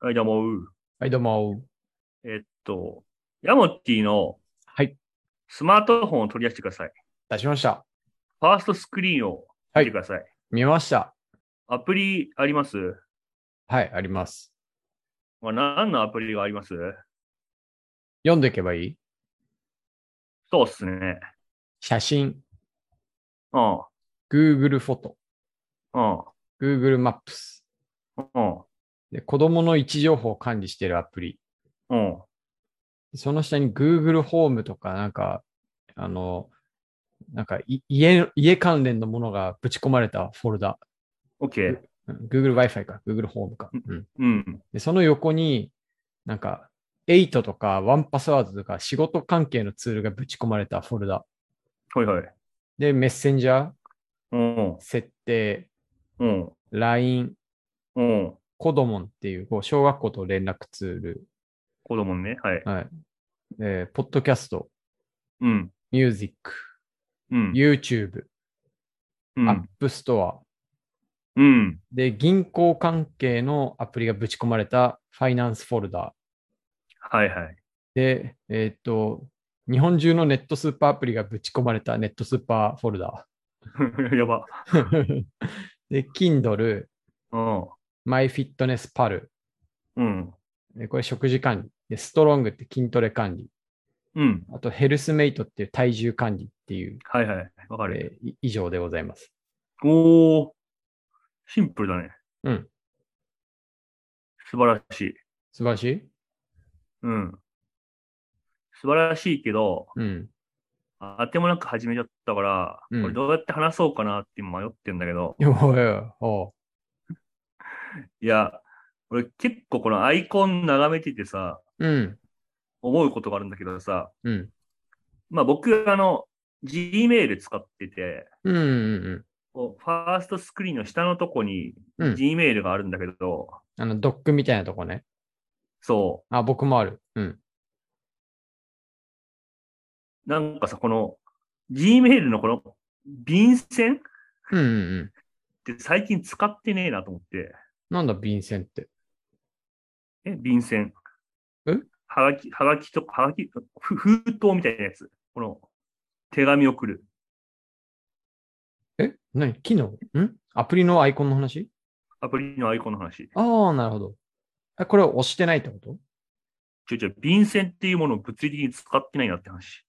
はい、どうも。はい、どうも。えっと、ヤモッティのはい、スマートフォンを取り出してください。出しました。ファーストスクリーンをは見ていく、ださい。見ました。アプリあります、はい、あります。まあ、何のアプリがあります読んでいけばいいそうっすね。写真、うん、 Google フォト、うん、 Google マップス。うん、で、子供の位置情報を管理しているアプリ。うん、その下に Google ホームとか、なんか、あの、なんかい、家、家関連のものがぶち込まれたフォルダ。 OK。うん、Google Wi-Fi か、Google ホームか。うん。うん、で、その横に、なんか、8とか1パスワードとか仕事関係のツールがぶち込まれたフォルダ。はいはい。で、メッセンジャー、うん、設定、うん、 LINE、うん。子供っていう、こう、小学校と連絡ツール、子供ね。はい。はい。えーポッドキャスト、うん、ミュージック、うん、 YouTube、うん、アップストア、うん。で、銀行関係のアプリがぶち込まれたファイナンスフォルダはいはい。 で、えーっと、日本中のネットスーパーアプリがぶち込まれたネットスーパーフォルダやば。 で、Kindle、うん、 MyFitnessPal、うん、でこれ食事管理。で、Strong って筋トレ管理。うん。あと、ヘルスメイトっていう体重管理っていう、はいはい。わかある。れ、い以上でございます。おー、シンプルだね。うん。素晴らしい。素晴らしいうん。素晴らしいけど、うん。ああてもなく始めちゃったから、うんこれどうやって話そうかなって今迷ってんだけど、おうおういや、俺結構このアイコン眺めててさ、うん。思うことがあるんだけどさ、うん。まあ僕、あの、Gmail 使ってて、うん。うん。こうファーストスクリーンの下のとこにうん Gmail があるんだけど、あの、ドックみたいなとこね。そあ、僕もある。うん。う、なんかさ、この Gmail のこの便箋うんうんうん。って最近使ってねえなと思って。なんだ、便箋って。え、便箋。えはがき、はがきとか、はがき、ふ封筒みたいなやつ。この、手紙を送る。え何機能んアプリのアイコンの話アプリのアイコンの話。ああ、なるほど。あこれを押してないってことちょいちょい、便箋っていうものを物理的に使ってないなって話。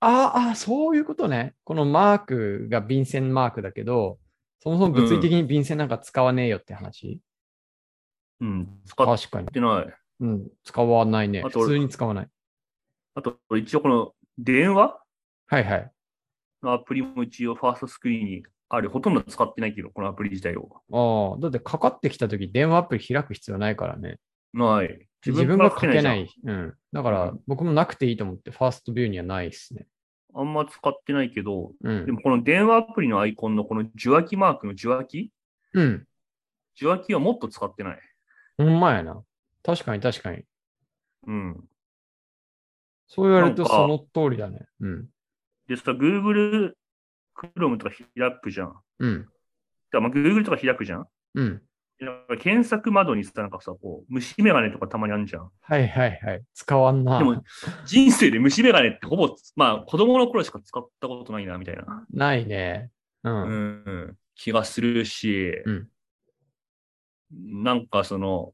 あーあー、そういうことね。このマークが便箋マークだけど、そもそも物理的に便箋なんか使わねえよって話。うん、使っ確かに。てない。うん、使わないね。あと俺普通に使わない。あと、一応この、電話はいはい。のアプリも一応、ファーストスクリーンにある。ほとんど使ってないけど、このアプリ自体を。ああ、だってかかってきたとき電話アプリ開く必要ないからね。ない。自分がかけじゃなんい。うん。だかうらん僕もなくていいと思って、ファーストビューにはないですね。あんま使ってないけど、うでん。もこの電話アプリのアイコンのこの受話器マークの受話器うん。受話器はもっと使ってない。ほんまやな。確かに確かに。うん。そう言われるなとんかその通りだね。うん。でさ、Google、Chrome とか開くじゃん。うん。だまあ Google とか開くじゃん。うん。でなんか検索窓にさ、なんかさ、こう、虫眼鏡とかたまにあるじゃん。はいはいはい。使わんなで。も、人生で虫眼鏡ってほぼ、まあ、子供の頃しか使ったことないな、みたいな。ないね。ううんん。、気がするし、うんなんかその、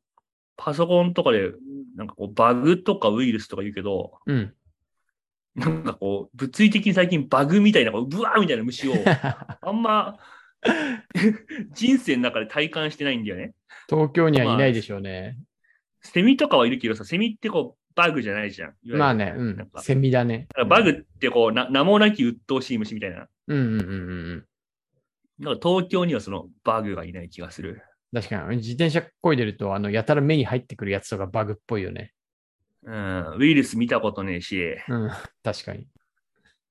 パソコンとかで、なんかこう、バグとかウイルスとか言うけど、うん。なんかこう、物理的に最近バグみたいな、こうブワーみたいな虫 を、あんま、 人生の中で体感してないんだよね。東京にはいないでしょうね。セミとかはいるけどさ、セミってこう、バグじゃないじゃん。いわゆるまあね。うなんん。かセミだね。バグってこう、な名もなき鬱陶しい虫みたいな。うんうんうんうんうん。なんか東京にはそのバグがいない気がする。確かに。自転車こいでると、あの、やたら目に入ってくるやつとかバグっぽいよね。うん、ウイルス見たことねえし、うん。確かに。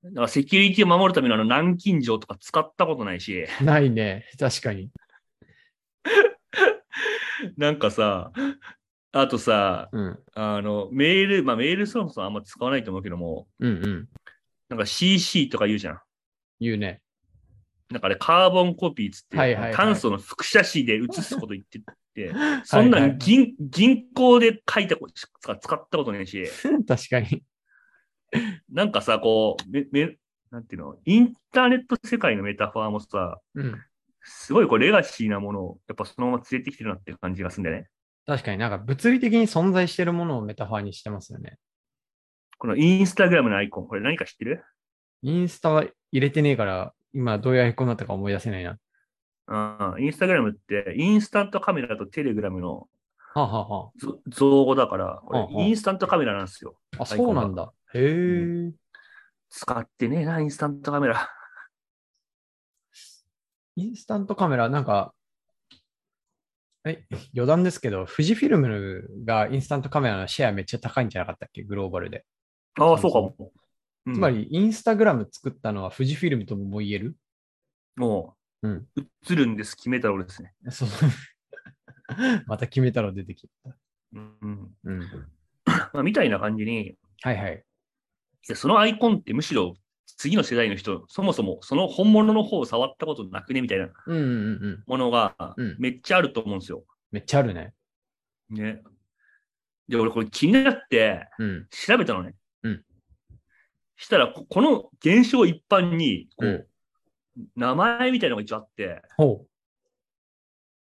なんかセキュリティを守るためのあの南京錠とか使ったことないし、 ないね。確かに。なんかさ、あとさ、うん。あの、メール、まあメールそもそもあんま使わないと思うけども、うんうん。なんか CC とか言うじゃん。言うね。なんかあれカーボンコピーっつって、はいはいはい炭素の輻射子で写すこと言ってって、そんな はいはんい銀、銀行で書いたことしか使ったことねえ し、確かに。なんかさ、こう、め、め、なんていうの、インターネット世界のメタファーもさ、うん。すごいこうレガシーなものを、やっぱそのまま連れてきてるなって感じがするんだよね。確かになんか物理的に存在してるものをメタファーにしてますよね。このインスタグラムのアイコン、これ何か知ってるインスタは入れてねえから、今どういうアイコンだったか思い出せないな。うん、インスタグラムって、インスタントカメラとテレグラムのはあ、はあはぞ造語だから、こうんうんれインスタントカメラなんですよ。あ、あ、そうなんだ。へえ。使ってねえな、インスタントカメラ。インスタントカメラ、なんか、え、余談ですけど、富士フィルムがインスタントカメラのシェアめっちゃ高いんじゃなかったっけグローバルで。ああ、 そそううかそうも。うんつまり、インスタグラム作ったのは富士フィルムとも言える もう、うん映るんです、決めた俺ですね。そう。また決めたら出てきた。うん。 うん。まあ、みたいな感じに、はいはい。でそのアイコンってむしろ次の世代の人、そもそもその本物の方を触ったことなくねみたいなうんうんうん。ものがうんめっちゃあると思うんですよ。めっちゃあるね。ね。で、俺これ気になってうん。調べたのね。うん。したらこ、この現象一般に、こう、うん名前みたいなのが一応あって、ほ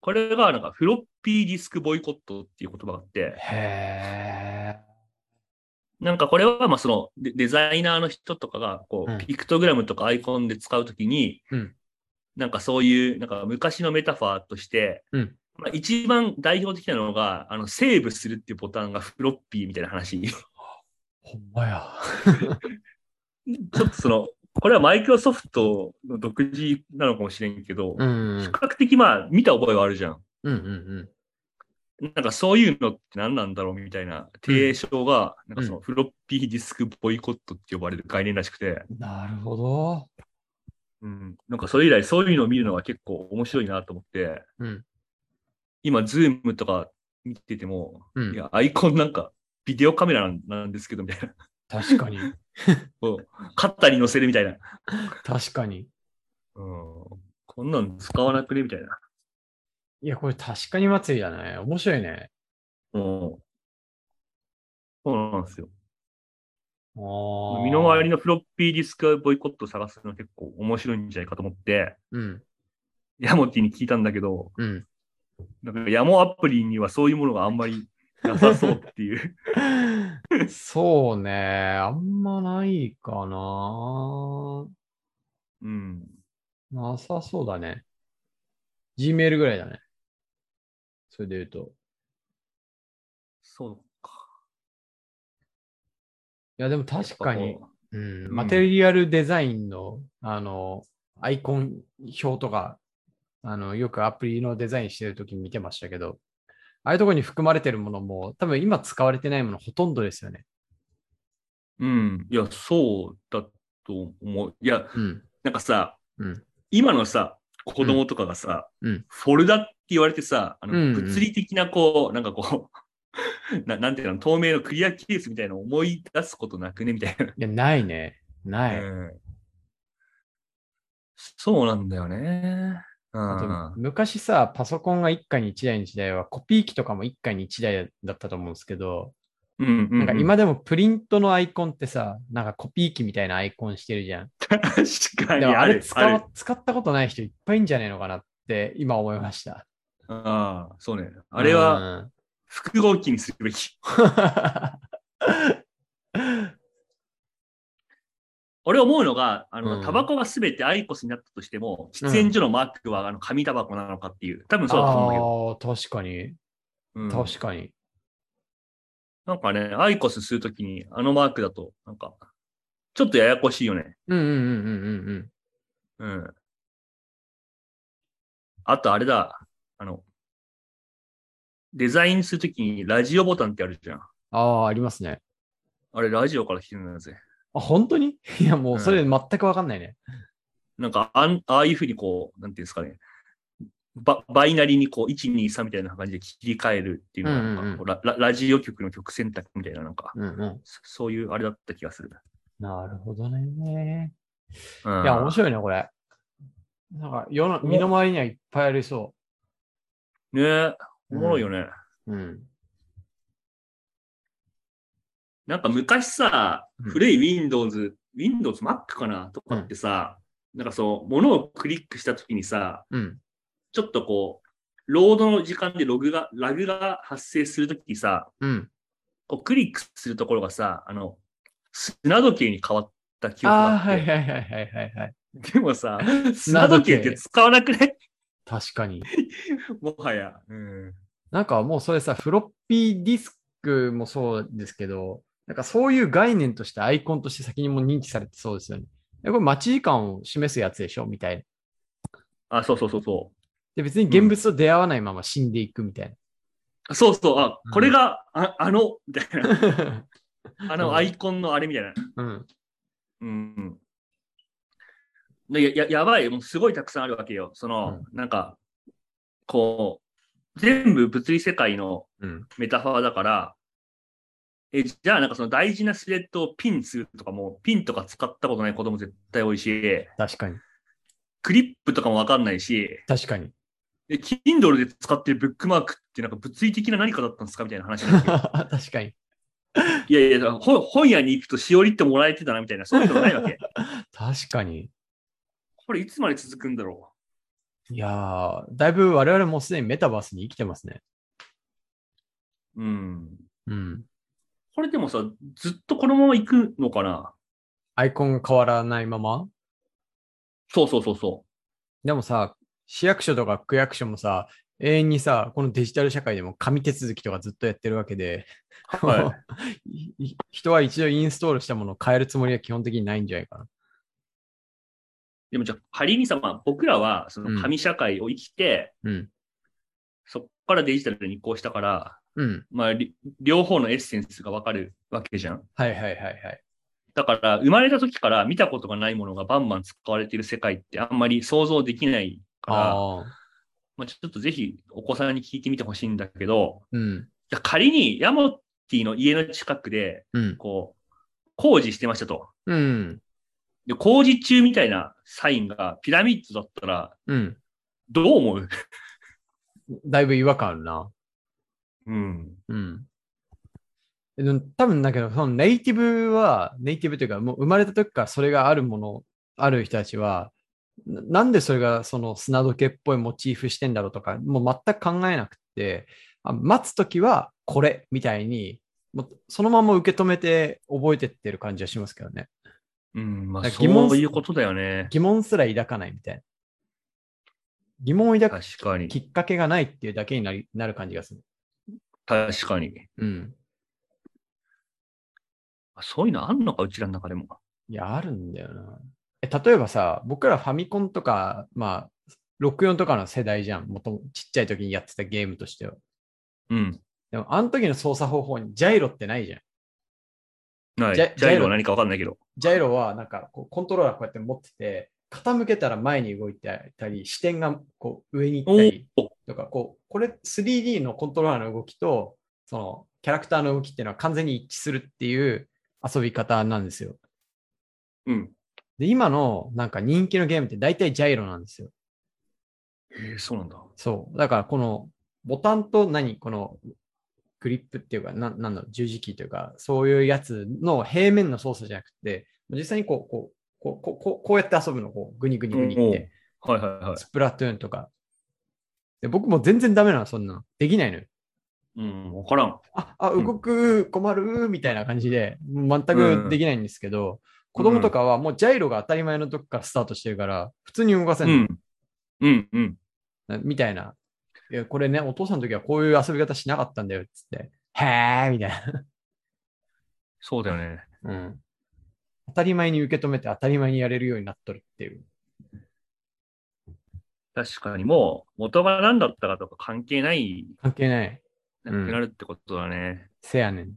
これがなんかフロッピーディスクボイコットっていう言葉があっう。て、へなんかこれはまあそのデデザイナーの人とかがこうんうピクトグラムとかアイコンで使うときに、うんなんかそういうなんか昔のメタファーとして、うんまあ、一番代表的なのがあのセーブするっていうボタンがフロッピーみたいな話 ちー。ほんまや。ょっとそのこれはマイクロソフトの独自なのかもしれんけど、うんうん比較的まあ見た覚えはあるじゃん。うんうんなんかそういうのって何なんだろうみたいな提唱が、なんかそのフロッピーディスクボイコットって呼ばれる概念らしくて、うん。なるほど。うん、なんかそれ以来そういうのを見るのが結構面白いなと思って、うん。今、ズームとか見てても、うん。いや、アイコンなんか、ビデオカメラなんなんですけど、みたいな。 確かに。こう肩に乗せるみたいな。確かに。うん、こんなん使わなくねみたいな。いや、これ確かに祭りだね。面白いね。うん、そうなんですよ。身身の回りのフロッピーディスクボイコットを探すの結構面白いんじゃないかと思って、うん。ヤモティに聞いたんだけど、うん。なんかヤモアプリにはそういうものがあんまりなさそうっていう。 そうね。あんまないかな。うん。なさそうだね。Gmail ぐらいだね。それで言うと。そうか。いや、でも確かに、うん、うんマテリアルデザインの、あの、アイコン表とか、あの、よくアプリのデザインしてるときに見てましたけど、ああいうところに含まれてるものも、多分今使われてないものほとんどですよね。うん。いや、そうだと思う。いや、うん。なんかさ、うん。今のさ、子供とかがさ、うんフォルダって言われてさ、あのうんうん物理的なこう、なんかこう、 ななんていうの、透明のクリアケースみたいなの思い出すことなくねみたいな。いや、ないね。ない。うんそうなんだよね。うあとん。昔さ、パソコンが1回に1台の時代は、コピー機とかも1回に1台だったと思うんですけど、うんうなんんかうん、今でもプリントのアイコンってさ、なんかコピー機みたいなアイコンしてるじゃん。 確かにでもああれる。使あるわ使ったことない人いっぱいいんじゃないのかなって今思いました。ああ、そうね。あれはうん。複合機にするべき。 俺思うのが、あうの、んタバコがすべてアイコスになったとしても、喫煙所のマークはあの紙タバコなのかっていう、多分そうだと思うんだけど。ああ、確かに。うん確かに。なんかね、アイコスするときにあのマークだと、なんか、ちょっとややこしいよね。うんうんうんうんうんうん。うん。あとあれだ、あの、デザインするときにラジオボタンってあるじゃん。ああ、ありますね。あれラジオから来てるんだぜ。あ、本当に いや、もうそれ全くわかんないね。なんかあん、ああいうふうにこう、なんていうんですかね。ババイナリーにこう、1、2、3みたいな感じで切り替えるっていうのがなんかうんうんうんこうラ、ララジオ局の曲選択みたいな、なんか、うんうん。そそういうあれだった気がする。なるほどね。うん、いや、面白いね、これ。なんか世の、身の回りにはいっぱいありそねえ、おもろいよね。うん。なんか昔さ、うん古い Windows、Windows Mac かなとかってさ、なんかそう、ものをクリックしたときにさ、うん。ちょっとこう、ロードの時間でログが、ラグが発生するときにさ、うん。こうクリックするところがさ、あの、砂時計に変わった記憶があああ、って、はいはいはいはいはいはい。 でも さ、砂時計って使わなくね 確かに。もはや。うん。なんかもうそれさ、フロッピーディスクもそうですけど、なんかそういう概念としてアイコンとして先にもう認知されてそうですよね。えこれ待ち時間を示すやつでしょみたいな。あ、そうそうそうそ。で、別に現物と出会わないまま死んでいくみたいうそうそう、あうん、これが、ああの、みたいな、な。あのアイコンのあれみたいな。うん。うんうん。やややばい、もうすごいたくさんあるわけよ。その、なんか、こう、全部物理世界のうん。メタファーだから、え、じゃあなんかその大事なスレッドをピンするとかも、ピンとか使ったことない子供絶対多いし、確かに。クリップとかもわかんないし、確かに。 で、Kindle で使ってるブックマークってなんか物理的な何かだったんですかみたいな話に なって確かに。いやいや、だから本本屋に行くとしおりってもらえてたなみたいな、そういうのがないわけ。確かに。これいつまで続くんだろいやー、だいぶ我々もうすでにメタバースに生きてますね。う。うん。うん。これでもさ、ずっとこのまま行くのかなアイコンが変わらないままそうそうそうそでもさ、市役所とか区役所もさ、永遠にさ、このデジタル社会でも紙手続きとかずっとやってるわけで、う。はい。 いい人は一度インストールしたものを変えるつもりは基本的にないんじゃないかな。でもじゃあ仮にさ、まあ、僕らはその紙社会を生きて、うん。そこからデジタルに移行したから、うん。まあ、り両方のエッセンスがわかるわけじゃん。はいはいはいはい。だから、生まれた時から見たことがないものがバンバン使われている世界ってあんまり想像できないから、ああ。まあ、ちょっとぜひお子さんに聞いてみてほしいんだけど、うん。じゃあ仮にヤモティの家の近くで、うん。こう、工事してましたと。うん。で、工事中みたいなサインがピラミッドだったら、うん。どう思うだいぶ違和感あるな。うん。うん。でも多分だけど、そのネイティブは、ネイティブというか、もう生まれた時からそれがあるもの、ある人たちは、ななんでそれがその砂時計っぽいモチーフしてんだろうとか、もう全く考えなくて、あ待つ時はこれみたいに、もうそのまま受け止めて覚えてってる感じはしますけどね。うん、まあ、だからそ疑問ういうことだよね。疑問すら抱かないみたいな。疑問を抱く確かにき。っかけがないっていうだけになりなる感じがする。確かに。うん。そういうのあんのか、うちらの中でも。いや、あるんだよな。え、例えばさ、僕らファミコンとか、まあ、64とかの世代じゃん。もともちっちゃい時にやってたゲームとしては。うん。でも、あの時の操作方法にジャイロってないじゃん。はい。ジジャャジャイロイロは何かわかんないけど。ジャイロは、なんかこう、コントローラーこうやって持ってて、傾けたら前に動いてたり、視点がこう上に行おったーりとか、こう、これ 3D のコントローラーの動きと、その、キャラクターの動きっていうのは完全に一致するっていう遊び方なんですよ。うん。で、今のなんか人気のゲームって大体ジャイロなんですよ。へえそうなんだ。そう。だから、このボタンと何このグリップっていうか、ななんだろう、十字キーというか、そういうやつの平面の操作じゃなくて、実際にこう、こう、こう、こうこうこうやって遊ぶの、こう、グニグニグニおっうて、はいはいはスプラトゥーンとか。で僕も全然ダメなの、そんなの。できないのよ。い。うん、わからん。あ、あ、うん動く、困る、みたいな感じで、全くできないんですけど、子供とかはもうジャイロが当たり前のとこからスタートしてるから、普通に動かせうるの、ん。うん、うん。なみたいな。いや、これね、お父さんの時はこういう遊び方しなかったんだよ、っつって。へーみたいそうだよね。な。うん。当たり前に受け止めて当たり前にやれるようになっとるっていう。確かに、もう、元が何だったかとか関係ない、関係ない。なくなるってことだね。せやねん。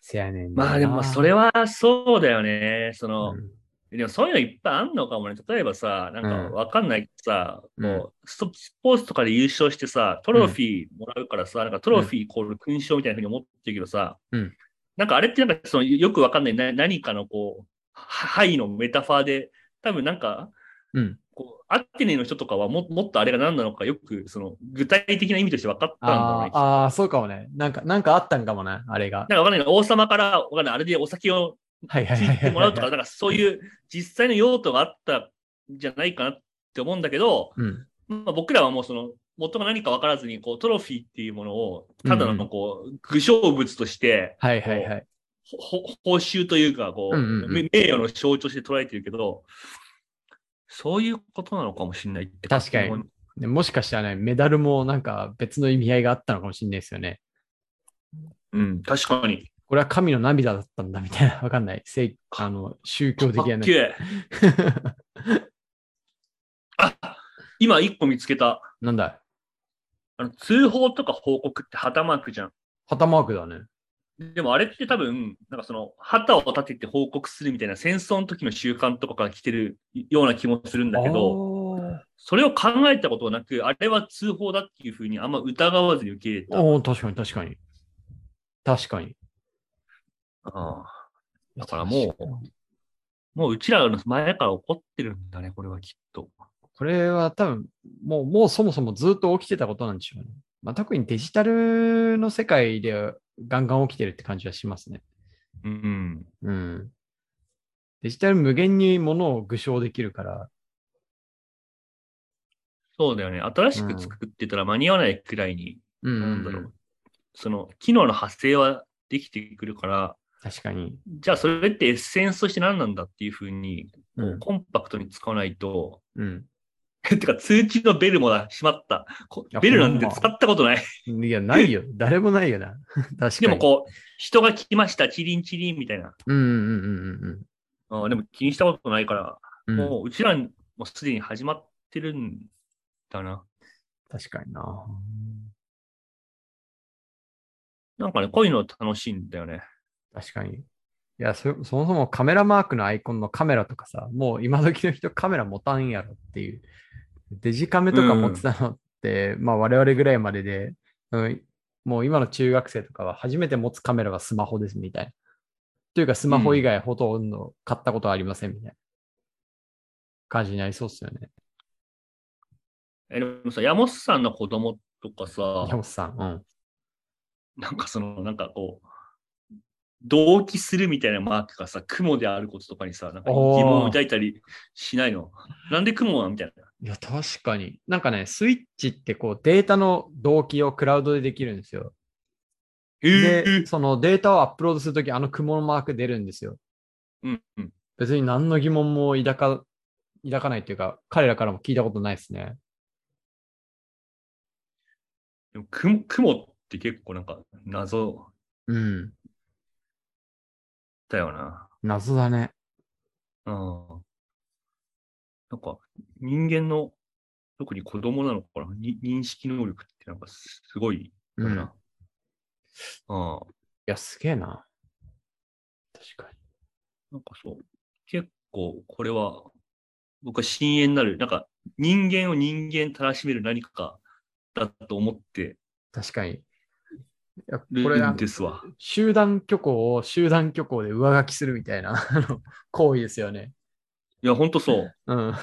せやねんな。まあでも、それは、はそうだよね。その、うんでもそういうのいっぱいあんのかもね。例えばさ、なんかうんわかんないけどさ、うんこうストスポーツとかで優勝してさ、トロフィーもらうからさ、なんかトロフィーイコール勲章みたいなふうに思ってるけどさ、うんなんかあれってなんかそのよくわかんないな何かのこう、ははいのメタファーで、多分なんかうん。こう、アテネの人とかはももっとあれが何なのかよく、その、具体的な意味として分かったんだろうあね。なーんかあー、そうかもね。なんか、なんかあったんかもね、あれが。分かんないけど王様から、分かんない、あれでお酒をはいはいつはいいはてい。もらうとか、なんかそういう実際の用途があったんじゃないかなって思うんだけど、うん。まあ、僕らはもうその、元が何か分からずに、こう、トロフィーっていうものを、ただうんうのんこう、具象物として、はいはいはい。ほほ報酬というか、こう、うんうんうんめ名誉の象徴として捉えてるけど、そういうことなのかもしれないって確かに思うでもしかしたらね、メダルもなんか別の意味合いがあったのかもしれないですよね。うん、確かに。これは神の涙だったんだみたいな、わかんない。せあの宗教的かなっね。けえ。 あ、今一個見つけた。なんだあの通報とか報告って旗マークじゃん。旗マークだね。でもあれって多分、なんかその、旗を立てて報告するみたいな戦争の時の習慣とかから来てるような気もするんだけど、それを考えたことはなく、あれは通報だっていうふうにあんま疑わずに受け入れあーた。おー確かに確かに。確かに。ああだからもうもううちらの前から怒ってるんだね、これはきっと。これは多分、もう、もうそもそもずっと起きてたことなんでしょうね。まあ、特にデジタルの世界でガンガン起きてるって感じはしますね。うん。うん。デジタル無限にものを具象できるから、そうだよね。新しく作ってたら間に合わないくらいに、うんうんなうんんだろう。その、機能の派生はできてくるから、確かに。じゃあそれってエッセンスとして何なんだっていうふうに、こううんコンパクトに使わないと、 うん。てか通知のベルもだ、しまった。こいやベルなんてほんま使ったことない。いや、ないよ。誰もないよな。 確かに。でもこう、人が来ました、チリンチリンみたいな。うんうんうんうんあーでも気にしたことないから、うん。うん、もううちらにもすでに始まってるんだな。確かにな。なんかね、こういうの楽しいんだよね。確かに。いやそ、そもそもカメラマークのアイコンのカメラとかさ、もう今時の人カメラ持たんやろっていう。デジカメとか持ってたのって、まあ我々ぐらいまでで、うん、もう今の中学生とかは初めて持つカメラがスマホですみたいな。というかスマホ以外ほとんど買ったことはありませんみたいな感じになりそうっすよね。えでもさ、山本さんの子供とかさ山、本さん。うん。なんかその、なんかこう、同期するみたいなマークがさ、雲であることとかにさ、なんか疑おー問を抱いたりしないのなんで雲なんみたいな。いや、確かに。なんかね、スイッチってこうデータの同期をクラウドでできるんですよ。えで、そのデータをアップロードするとき、あの雲のマーク出るんですよ。うんうん。別に何の疑問も抱か、抱かないというか、彼らからも聞いたことないですね。でも雲雲って結構なんか謎うん。だよな。謎だね。うん。なんか人間の、特に子供なのかな、に認識能力ってなんかすごいようん。いな。うん。や、すげえな。確かなんかそう、結構これは、僕は深淵なる、なんか人間を人間たらしめる何かだと思ってに。確かに。いや、こるれなんんかですわ。集団虚構を集団虚構で上書きするみたいな あの行為ですよね。いや、ほんとそう。うん。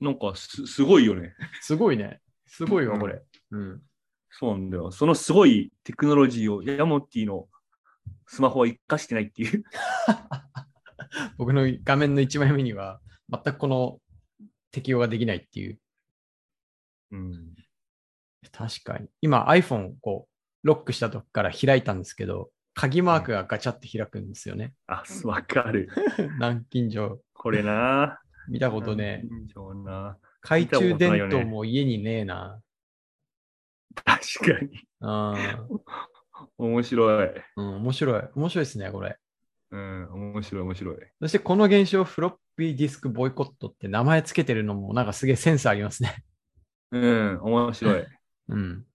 なんかす、すごいよね。すごいね。すごいわ、うんこれ。うん。そうなんだよ。そのすごいテクノロジーをヤモティのスマホは活かしてないっていう。僕の画面の1枚目には、全くこの適用ができないっていう。うん。確かに。今 iPhone をこうロックした時から開いたんですけど、鍵マークがガチャって開くんですよね。あ、すわかる。南京錠。これな。見たことねえ。尋常な。懐中電見たことない灯よねも家にねえな。確かに。あ面白い。うん、面白い。面白いですね、これ。うん、面白い、面白い。そしてこの現象、フロッピーディスクボイコットって名前つけてるのもなんかすげえセンスありますね。うん、面白い。うん。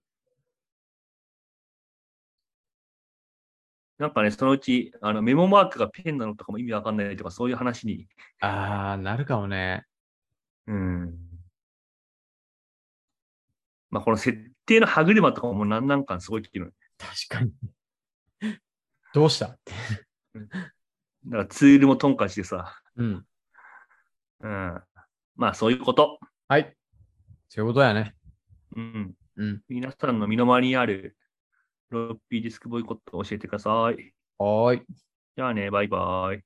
なんかね、そのうち、あの、メモマークがペンなのとかも意味わかんないとか、そういう話に。あー、なるかもね。うん。まあ、この設定の歯車とかも何なんかすごいっていうの。確かに。どうしただからツールもトンカチでさ、うん。うん。まあそういうこと。はい。そういうことやね。うん。うん。皆さんの身の回りにあるフロッピーディスクボイコットを教えてください。はーい。じゃあね、バイバイ。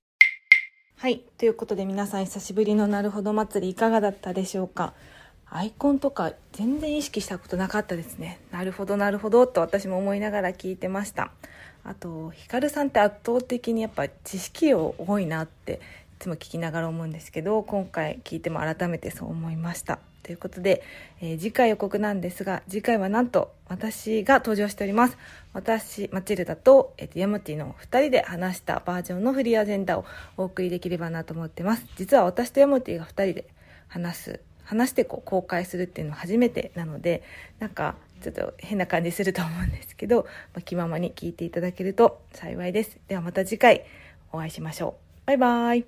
はい、ということで皆さん久しぶりのなるほど祭りいかがだったでしょうかアイコンとか全然意識したことなかったですねなるほどなるほどと私も思いながら聞いてましたあとヒカルさんって圧倒的にやっぱ知識量多いなっていつも聞きながら思うんですけど今回聞いても改めてそう思いましたということで、えー次回予告なんですが次回はなんと私が登場しております私マチルダと、えーとヤムティの2人で話したバージョンのフリーアジェンダをお送りできればなと思ってます実は私とヤモティが2人で話す話してこう公開するっていうのは初めてなのでなんかちょっと変な感じすると思うんですけど、まあ、気ままに聞いていただけると幸いですではまた次回お会いしましょうバイバイ